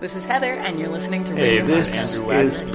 This is Heather, and you're listening to Hey, Radio this Monday. is Hi,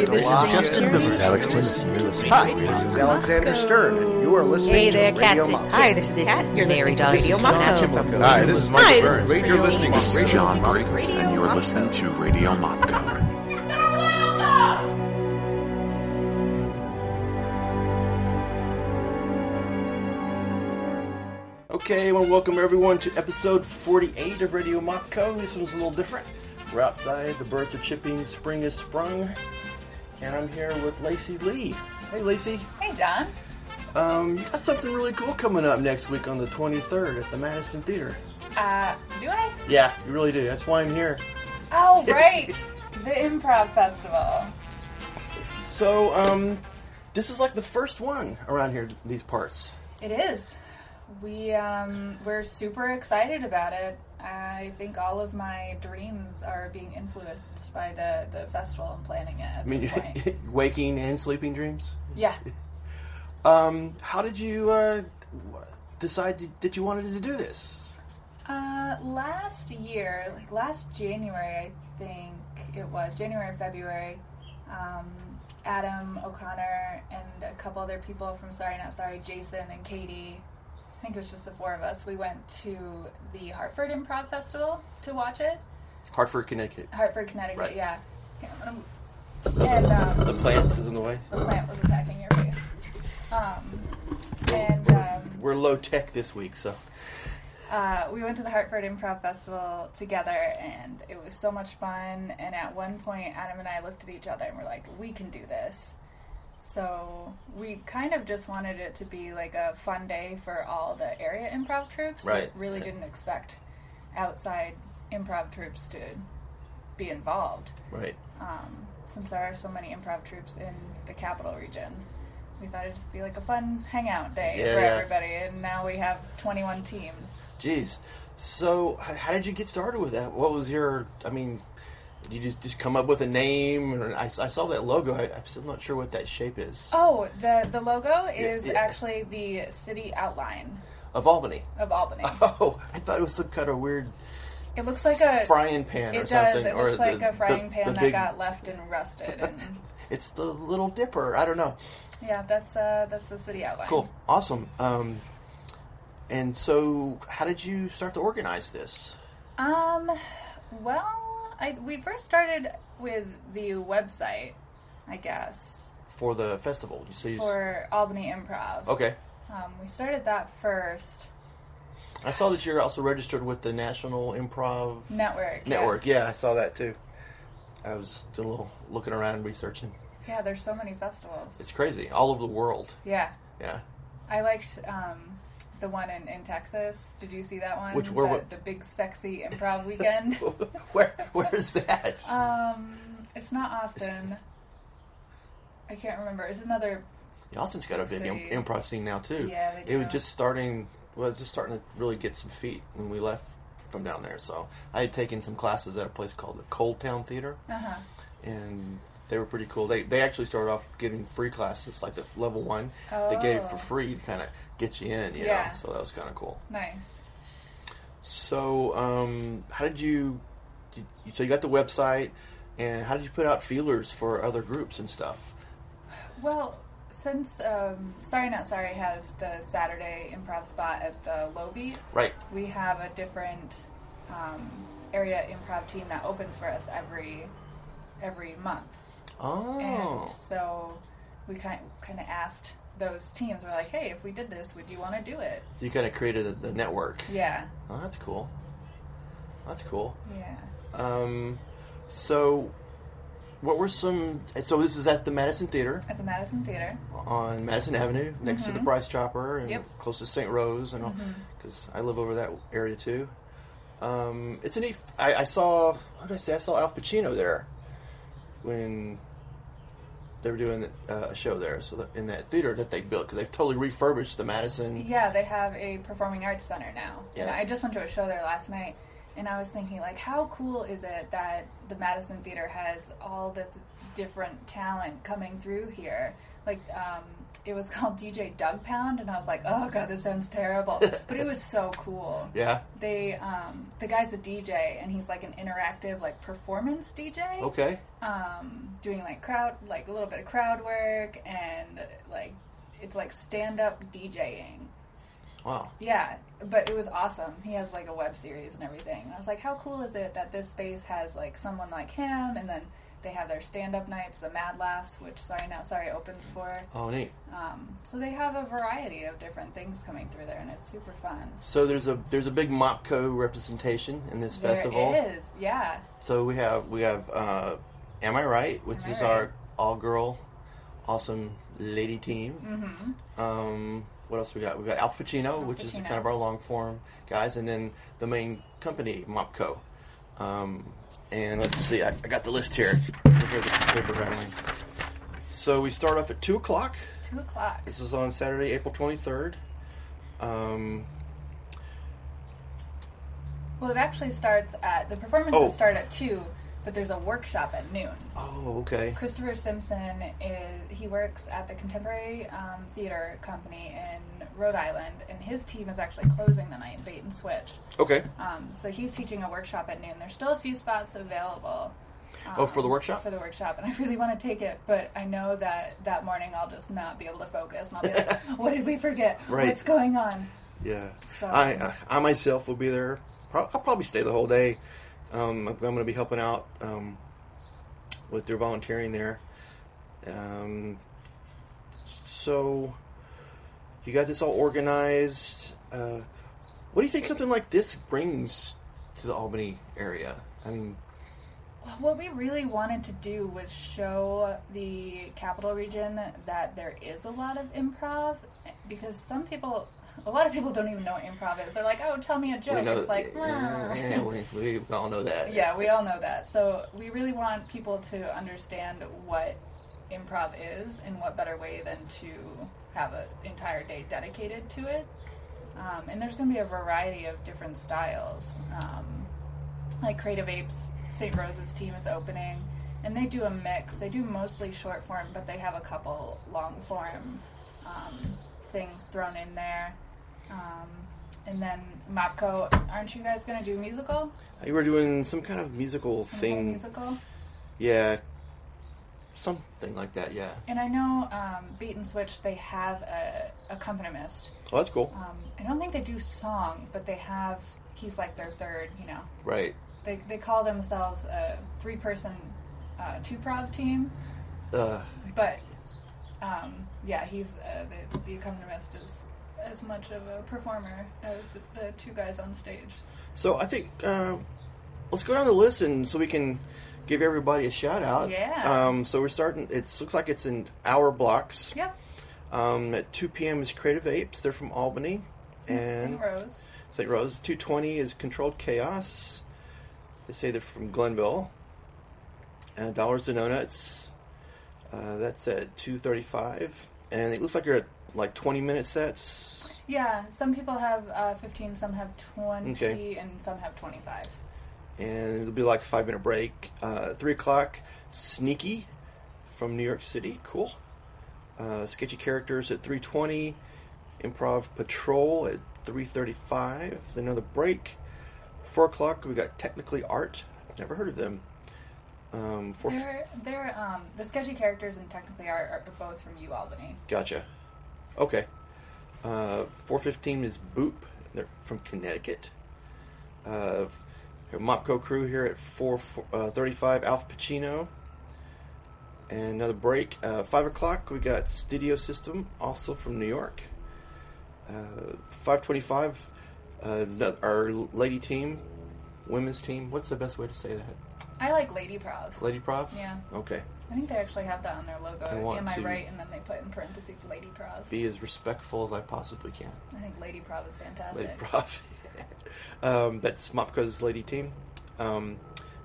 Peter this is DeLocke. Justin This is Rivers. Alex Timothy. You're listening Hi, to this is Radio Alexander Stern, and you are listening Hey to there, Radio Catsy. Monk. Hi, This is This Cat. is You're listening Mary to Radio Dawson's John Monaco. Hi, this is Hi, this is You're listening to This is Radio John Monk. Briggs, and you're listening to Radio Mopco. Okay, I want to welcome everyone to episode 48 of Radio Mopco. This one's a little different. We're outside, the birds are chipping, spring is sprung, and I'm here with Lacey Lee. Hey, Lacey. Hey, John. Um, you got something really cool coming up next week on the 23rd at the Madison Theater. Uh, do I? Yeah, you really do. That's why I'm here. Oh, right. the Improv Festival. So, um, this is like the first one around here, these parts. It is. We um, we're super excited about it. I think all of my dreams are being influenced by the, the festival and planning it I at mean, this point. waking and sleeping dreams. yeah. Um, how did you uh, w- decide you- that you wanted to do this? Uh, last year, like last January, I think it was January, February. Um, Adam O'Connor and a couple other people from Sorry Not Sorry, Jason and Katie. I think it was just the four of us. We went to the Hartford Improv Festival to watch it. Hartford, Connecticut. Hartford, Connecticut. Right. Yeah. Here, I'm gonna- And um, The plant is in the way. the plant was attacking your face. Um, and um, We're low tech this week, so Uh, we went to the Hartford Improv Festival together, and it was so much fun. And at one point, Adam and I looked at each other and were like, "We can do this." So we kind of just wanted it to be like a fun day for all the area improv troops. Right, We really right. didn't expect outside improv troops to be involved, Um, right. since there are so many improv troops in the capital region. We thought it'd just be like a fun hangout day Yeah, for yeah. everybody, and now we have 21 teams. Jeez. So, h- how did you get started with that? What was your? I mean, did you just just come up with a name? Or I, s- I saw that logo. I, I'm still not sure what that shape is Oh, the the logo is yeah. actually the city outline of Albany. of Albany. Oh, I thought it was some kind of weird It looks like a frying pan It or does. something. It or looks like the- a frying the- pan the that big- got left and rusted, and It's the Little Dipper. I don't know. yeah, that's uh that's the city outline. Cool, awesome. Um, and so, how did you start to organize this? Um, well, I we first started with the website, I guess, for the festival. So you for Albany Improv. okay. Um, we started that first I saw that you're also registered with the National Improv network. yeah. Network. Yeah, I saw that too. I was doing a little looking around, and researching. Yeah, there's so many festivals. It's crazy, all over the world. yeah. Yeah, I liked um, the one in, in Texas. Did you see that one? Which- where the, what- the big sexy improv weekend. where where is that? um, it's not Austin. I can't remember. It's another. Austin's got a big im- City. improv scene now too. Yeah, they it was do. just starting. Well, just starting to really get some feet when we left from down there. So I had taken some classes at a place called the Cold Town Theater. Uh huh. and they were pretty cool. They they actually started off giving free classes, like the f- level one they gave for Oh. free to kind of get you in, you Yeah. know. So that was kind of cool. Nice. So um, how did you, you? So you got the website, and how did you put out feelers for other groups and stuff? Well, since um, Sorry Not Sorry has the Saturday improv spot at the Lobby, Right. we have a different um, area improv team that opens for us every every month. Oh, And so we kind kind of asked those teams. We're like, hey, if we did this, would you want to do it? so you kind of created the, the network. Yeah, Oh, that's cool. That's cool. yeah. Um, so. What were some? So this is at the Madison Theater. At the Madison Theater. on Madison Avenue next to the Bryce Chopper and Yep. close to St. Rose and all because I live over that area too. Um, it's a neat. I, I saw. What did I say? I saw Al Pacino there when they were doing uh, a show there. So that, in that theater that they built because they've totally refurbished the Madison. Yeah, they have a performing arts center now. And Mm-hmm. Yeah. I just went to a show there last night, and I was thinking, like, how cool is it that the Madison Theater has all this different talent coming through here? Like, um, it was called DJ Doug Pound, and I was like, oh god, this sounds terrible, but it was so cool. Yeah. They, um, the guy's a DJ, and he's like an interactive, like performance DJ, Okay. um, doing like crowd, like a little bit of crowd work, and like it's like stand up DJing. Wow. Yeah, but it was awesome. He has like a web series and everything. And I was like, how cool is it that this space has like someone like him, and then they have their stand-up nights, the Mad Laughs, which Sorry Not Sorry opens for. Oh, neat. Um, so they have a variety of different things coming through there, and it's super fun. So there's a there's a big Mopco representation in this festival. There is, yeah, So we have we have uh, Am I Right, which Am I is Right? our all girl, awesome lady team. Um, what else we got? We got Alf Pacino, which is Mm-hmm. Pacino. kind of our long form guys, and then the main company Mopco. Um, and let's see, I, I got the list here. Look at the paper rattling. So we start off at two o'clock. two o'clock. This is on Saturday, April twenty third. Um, Well, it actually starts at the performances Oh. start at two, but there's a workshop at noon. oh, okay. Christopher Simpson is he works at the Contemporary um, Theater Company in Rhode Island, and his team is actually closing the night, bait and switch. Okay. Um, so he's teaching a workshop at noon. There's still a few spots available. um, Oh, for the workshop? For the workshop, and I really want to take it, but I know that that morning I'll just not be able to focus, and I'll be like, "What did we forget? Right. What's going on?" Yeah, So- I, I I myself will be there. Pro- I'll probably stay the whole day. Um, I'm going to be helping out um, with their volunteering there. Um, so you got this all organized. Uh, what do you think something like this brings to the Albany area? I mean, What we really wanted to do was show the capital region that there is a lot of improv because some people, a lot of people don't even know what improv is. They're like, oh, tell me a joke. It's like, yeah, yeah, "Nah." we, we all know that. yeah, we all know that. So we really want people to understand what improv is and what better way than to have an entire day dedicated to it. Um, and there's going to be a variety of different styles. Um, like Creative Apes, St. Rose's team is opening, and they do a mix. They do mostly short form, but they have a couple long form um, things thrown in there. Um, and then Mopco, aren't you guys going to do musical? you were doing some kind of musical Some thing. musical. Yeah, something like that. Yeah, And I know um, Beat and Switch, they have a accompanist. well, that's cool. Um, I don't think they do song, but they have, he's like their third, you know. Right. They, they call themselves a three person uh, two prov team, Uh, but um, yeah, he's uh, the, the accompanist is as much of a performer as the two guys on stage. so I think uh, let's go down the list and so we can give everybody a shout out. Yeah. Um, so we're starting. It looks like it's in hour blocks. Yep. Um, at 2 p.m. is Creative Apes. They're from Albany. And Sing Rose. St. Rose. 2:20 is Controlled Chaos. They say they're from Glenville. And Dollars to Donuts. Uh, that's at 2:35, and it looks like you're at like 20 minute sets. Yeah, some people have uh, 15, some have 20, Okay. and some have 25. and it'll be like a five minute break. Uh, three o'clock, Sneaky from New York City. Cool. Uh, sketchy characters at 3:20. Improv Patrol at 3:35. Then another break. Four o'clock. We got Technically Art. Never heard of them. Um, four. They're, they're, um, the sketchy characters and technically are, are both from U Albany. Gotcha. Okay. Uh, 415 is Boop. They're from Connecticut. Uh, Mopco crew here at 435, Alf Pacino. And another break. Uh, 5 o'clock, we got Studio System, also from New York. Uh, 525, uh, no- our lady team, women's team. What's the best way to say that? I like Lady Prov. Lady Prof? Yeah. Okay. I think they actually have that on their logo. I want Am I to- right? And then they put in parentheses Lady Prov. Be as respectful as I possibly can. I think Lady Prov is fantastic. Lady Prof. um, that's Mopco's Lady Team. Um,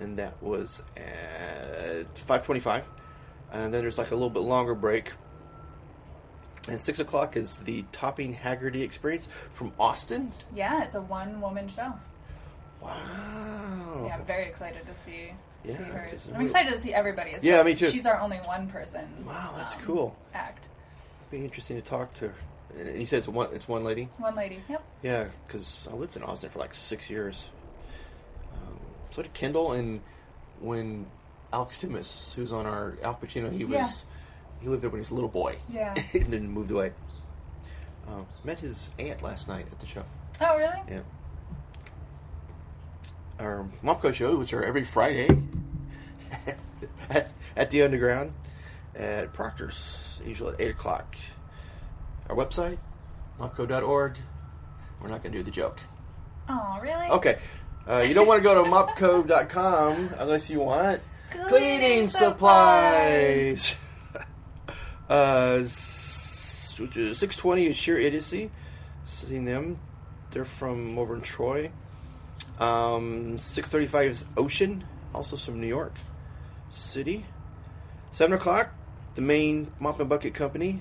and that was at 5.25. And then there's like a little bit longer break. And 6 o'clock is the Topping Haggerty Experience from Austin. Yeah, it's a one woman show. Wow. Yeah, I'm very excited to see Yeah, see her. this is I'm really- excited to see everybody. It's Yeah, like me too. She's our only one person. Wow, that's um, cool. Act It'd be interesting to talk to. And you said it's one. It's one lady. one lady. Yep. Yeah, because I lived in Austin for like six years. Um, so did Kendall, and when Alex Timmis, who's on our Al Pacino, he was Yeah. he lived there when he was a little boy. Yeah. and then moved away. Um, met his aunt last night at the show. Oh really? Yeah. Our Mopco shows, which are every Friday at, at the Underground at Proctor's, usually at 8 o'clock. Our website, mopco.org. We're not going to do the joke. Oh really? Okay. Uh, you don't want to go to mopco.com unless you want Cleaning cleaning supplies. supplies. uh, s- which is 620 is sheer idiocy. Seen them. They're from over in Troy. Um, 635 is Ocean, also from New York City. 7 o'clock, the main Mop and Bucket Company,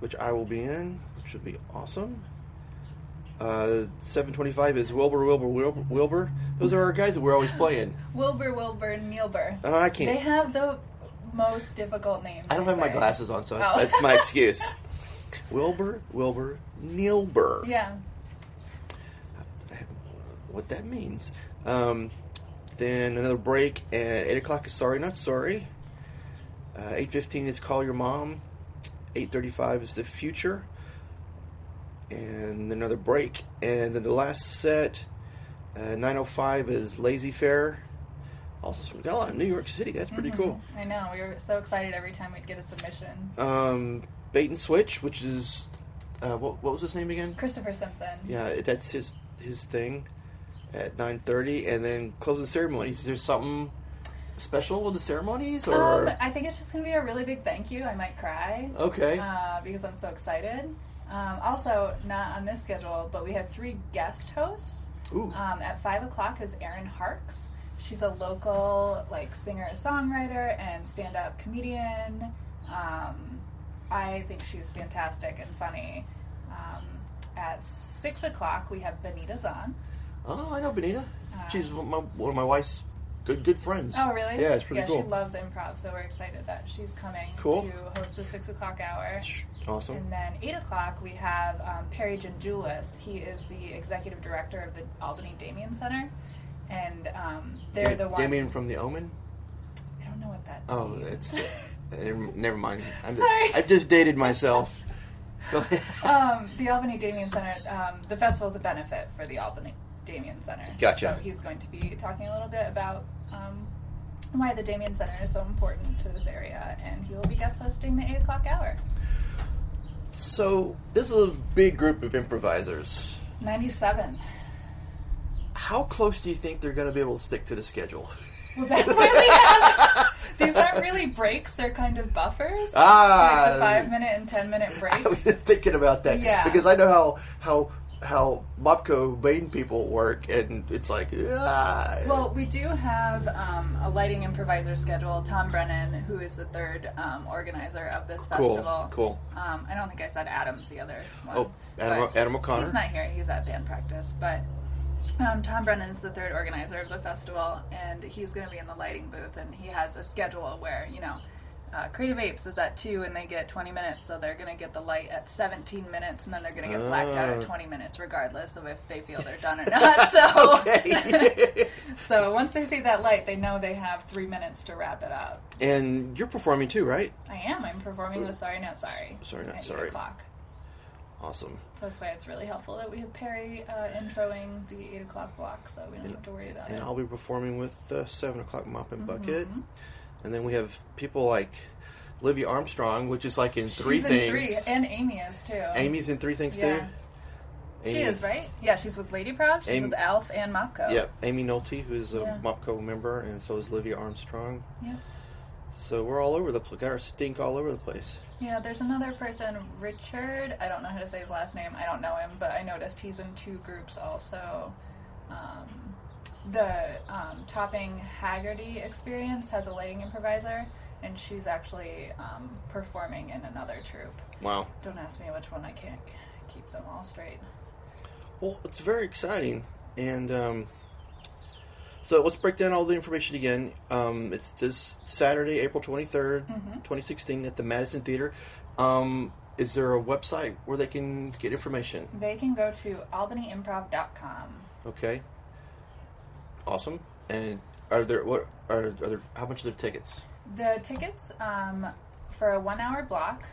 which I will be in, which would be awesome. Uh, 725 is Wilbur, Wilbur, Wilbur, Wilbur. Those are our guys that we're always playing. Wilbur, Wilbur, and Neilbur. Oh, I They can't. have the most difficult names. I don't have my sorry. glasses on, so that's- Oh. that's my excuse. Wilbur, Wilbur, Neilbur. Yeah. I have- What that means. Um, then another break at 8 o'clock is Sorry Not Sorry. Uh, 8.15 is Call Your Mom. 8.35 is The Future. And another break. And then the last set, uh, 9.05 is Lazy Fair. Also, we got a lot of New York City. That's pretty Mhm. cool. I know. We were so excited every time we'd get a submission. um, Bait and Switch, which is uh, what, what was his name again? Christopher Simpson. Yeah, that's his his thing at nine thirty, and then close the ceremonies. Is there something special with the ceremonies, or Um, I think it's just gonna be a really big thank you. I might cry. okay? uh, because I'm so excited. Um, also, not on this schedule, but we have three guest hosts. Ooh, Um, at five o'clock is Erin Harks. She's a local like singer, songwriter, and stand-up comedian. Um, I think she's fantastic and funny. Um, at six o'clock, we have Benita Zahn. oh, I know Benita. uh, She's one of, my, one of my wife's good good friends. Oh, really? Yeah, it's pretty yeah, cool. She loves improv, so we're excited that she's coming Cool. to host the six o'clock hour. Sh- awesome. And then 8 o'clock, we have um, Perry Janjulis. He is the executive director of the Albany Damien Center. And um, they're the one. Damien from The Omen. I don't know what that Oh, means. it's never never mind. I'm Sorry. I've just dated myself. Go ahead. um, the Albany Damien Center, um, the festival is a benefit for the Albany Damien Center. Gotcha. So he's going to be talking a little bit about um, why the Damien Center is so important to this area. And he will be guest hosting the 8 o'clock hour. So this is a big group of improvisers. 97. How close do you think they're going to be able to stick to the schedule? Well, that's why we have. These aren't really breaks; they're kind of buffers. Ah. like the five-minute and ten-minute I was breaks. just thinking about that Yeah. because I know how how how Mopco Bain people work, and it's like ah. Well, we do have um, a lighting improviser scheduled. Tom Brennan, who is the third um, organizer of this Cool, festival. cool. Um, I don't think I said Adam's the other one. Oh, Adam- but Adam O'Connor. He's not here. He's at band practice, but. Um, Tom Brennan's the third organizer of the festival, and he's going to be in the lighting booth. And he has a schedule where, you know, uh, Creative Apes is at 2 and they get 20 minutes, so they're going to get the light at 17 minutes, and then they're going to get blacked out Oh. at 20 minutes, regardless of if they feel they're done or not. So, Okay. so once they see that light, they know they have three minutes to wrap it up. and you're performing too, right? I am. I'm performing with Sorry Not Sorry. Sorry Not at eight Sorry. o'clock. Awesome. So that's why it's really helpful that we have Perry uh, introing the eight o'clock block, so we don't have to worry about And it. I'll be performing with uh, seven o'clock mop and bucket, Mm-hmm. and then we have people like Olivia Armstrong, which is like in three She's in three, things. and Amy is too. Amy's in three things Yeah. too. she is right. Yeah, she's with Lady Prov. She's Amy- with Alf and Mopco. Yeah, Amy Nolte, who is a Yeah. Mopco member, and so is Olivia Armstrong. Yeah. So we're all over the place. Got our stink all over the place. Yeah, there's another person, Richard. I don't know how to say his last name. I don't know him, but I noticed he's in two groups also. Um, the um, Topping Haggerty experience has a lighting improviser, and she's actually um, performing in another troupe. Wow. Don't ask me which one. I can't keep them all straight. Well, it's very exciting, and um, So let's break down all the information again. Um, it's this Saturday, April 23rd, Mm-hmm. 2016, at the Madison Theater. Um, is there a website where they can get information? They can go to albanyimprov.com. Okay. Awesome. And are there what are, are there how much are there tickets? The tickets um, for a one hour block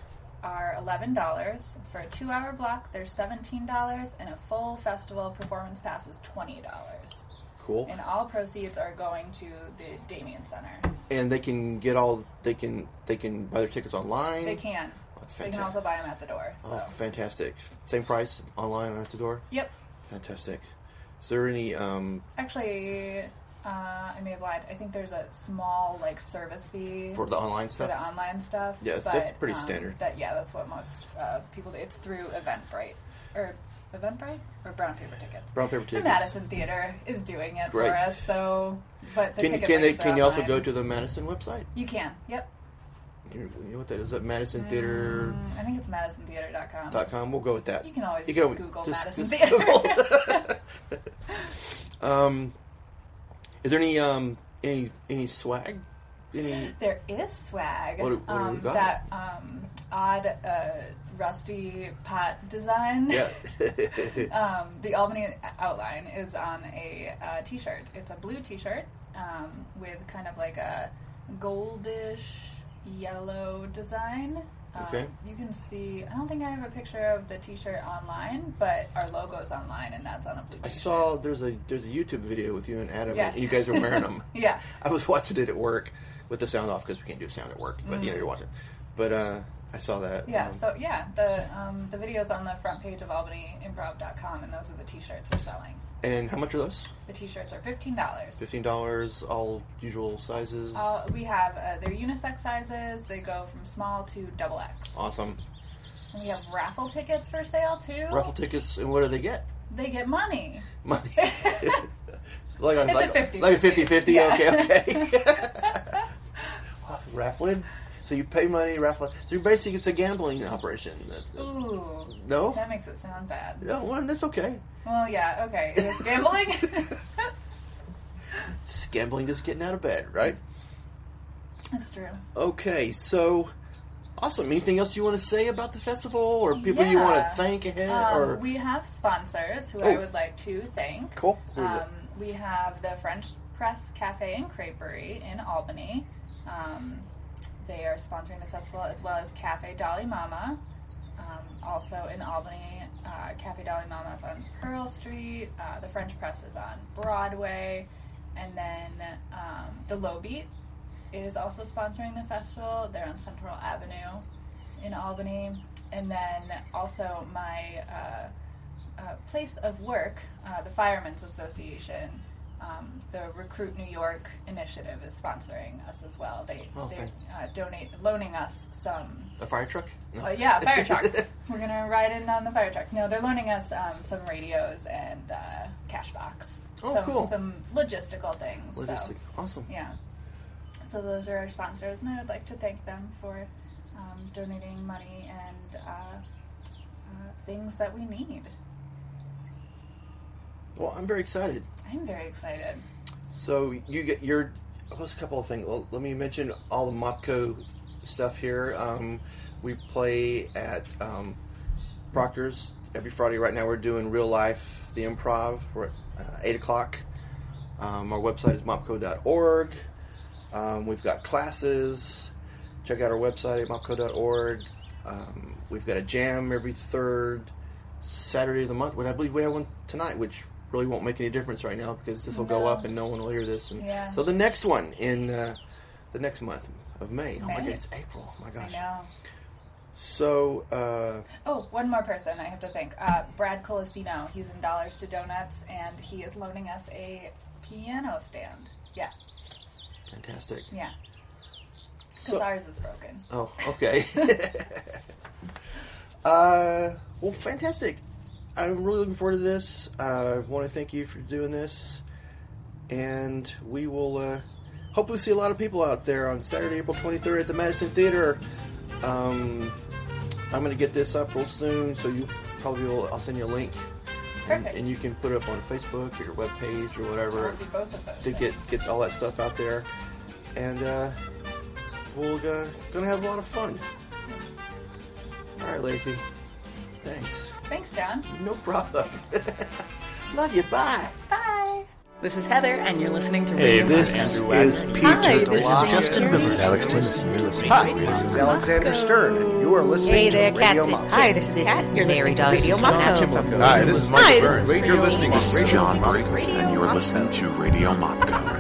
are $11. For a two hour block, they're $17. And a full festival performance pass is $20. Cool. And all proceeds are going to the Damien Center. And they can get all they can they can buy their tickets online. They can. Mm. That's They can fantastic. also buy them at the door. So. Oh, fantastic. Same price online at the door. Yep. Fantastic. Is there any um, Actually, uh, I may have lied. I think there's a small like service fee for the online for stuff? the online stuff. Yes, but, that's pretty um, standard. That yeah, that's what most uh, people do. It's through Eventbrite or Eventbrite or Brown Paper Tickets. Brown paper the tickets. Madison Theater is doing it Great. for us. So, but the Can ticket can they links are can you also online. go to the Madison website? You can. Yep. You you know what that is? That Madison Theater. Mm, I think it's MadisonTheater.com. dot com. We'll go with that. Mm. You can always You just can- Google just- Madison just Theater. Google. um, is there any um any any swag? Any There is swag. What do- what do we um, got? That um, odd uh, rusty pot design. yeah. um, the Albany outline is on a uh, t-shirt. It's a blue t-shirt um, with kind of like a goldish yellow design. Um, Okay. You can see. I don't think I have a picture of the t-shirt online, but our logo's online, and that's on a blue. I T-shirt. saw there's a there's a YouTube video with you and Adam, Yes. and you guys were wearing them. Yeah. I was watching it at work with the sound off because we can't do sound at work, but you know you're watching. But uh, I saw that. Mm-hmm. Yeah, um, so yeah, the um, the video's on the front page of albanyimprov.com, and those are the t-shirts we're selling. and how much are those? The t-shirts are fifteen dollars. Fifteen dollars, all usual sizes. Uh, we have uh, they're unisex sizes. They go from small to double X. awesome. And we have raffle tickets for sale too. Raffle tickets, and what do they get? They get money. money. like It's a like, 50-50. Like 50 50. Yeah. Okay, okay. raffling? So you pay money, raffle. So you basically, it's a gambling operation. Mm. Ooh, No? that makes it sound bad. No, well, that's okay. Well, yeah, okay. Is this gambling? It's gambling, just getting out of bed, right? That's true. Okay, so awesome. Anything else you want to say about the festival or people you Yeah. want to thank ahead? Um, or we have sponsors who I Oh. would like to thank. Cool. Who is it? Um, we have the French Press Cafe and Creperie in Albany. Um, they are sponsoring the festival as well as Cafe Dolly Mama. Um, also in Albany, uh, Cafe Dolly Mama is on Pearl Street. Uh, the French Press is on Broadway. And then um, the Low Beat is also sponsoring the festival. They're on Central Avenue in Albany. And then also my uh, uh, place of work, uh, the Firemen's Association, um, the Recruit New York initiative is sponsoring us as well. They Oh, they thank- uh, donate loaning us some. a fire truck? No. Well, uh, yeah, fire truck. We're gonna ride in on the fire truck. No, they're loaning us um, some radios and uh, cash box. Oh, some, cool. Some logistical things. so- Logistic. Awesome. yeah. So those are our sponsors, and I would like to thank them for um, donating money and uh, uh, things that we need. Well, I'm very excited. I'm very excited. So you get your. What's a couple of things? Well, let me mention all the Mopco stuff here. Um, we play at um, Proctor's every Friday. Right now, we're doing real life, the improv. We're at uh, eight o'clock. Um, our website is mopco.org. Um, we've got classes. Check out our website at mopco.org. Um, we've got a jam every third Saturday of the month. Well, I believe we have one tonight, which really won't make any difference right now because this will go No. up and no one will hear this. And Yeah. So the next one in uh, the next month of May. Oh my God, May. it's April. Oh my I gosh. know. So uh, Oh, one more person I have to thank. Uh, Brad Colestino. He's in Dollars to Donuts, and he is loaning us a piano stand. Yeah, fantastic. yeah. Because So- ours is broken. Oh, okay. uh, well, fantastic. I'm really looking forward to this. Uh, I want to thank you for doing this. And we will uh, hopefully see a lot of people out there on Saturday, April 23rd at the Madison Theater. Um, I'm going to get this up real soon, so you probably will. I'll send you a link and, Perfect. and you can put it up on Facebook or your webpage or whatever We'll do both of those. to get things. get all that stuff out there, and uh, we're uh, gonna have a lot of fun. All right, Lacey. Thanks. Thanks, John. No problem. Love you. Bye. Bye. This is Heather, and you're listening to Hey, Radio this Mondays. is Andrew Wagner. is Peter Hi, this is DeLocke. Justin This is Bieber. Alex Timmons. You're listening Hi, to this is Radio Alexander Stern, and you are listening Hey to there, Radio Catsy. Monk. Hi, this is Cat. You're listening to Radio Monaco. Hi, this is Mike Hi, this Burns. is You're Radio listening Monk. to This is Radio John Monk. Briggs, and you're listening to Radio Mopco.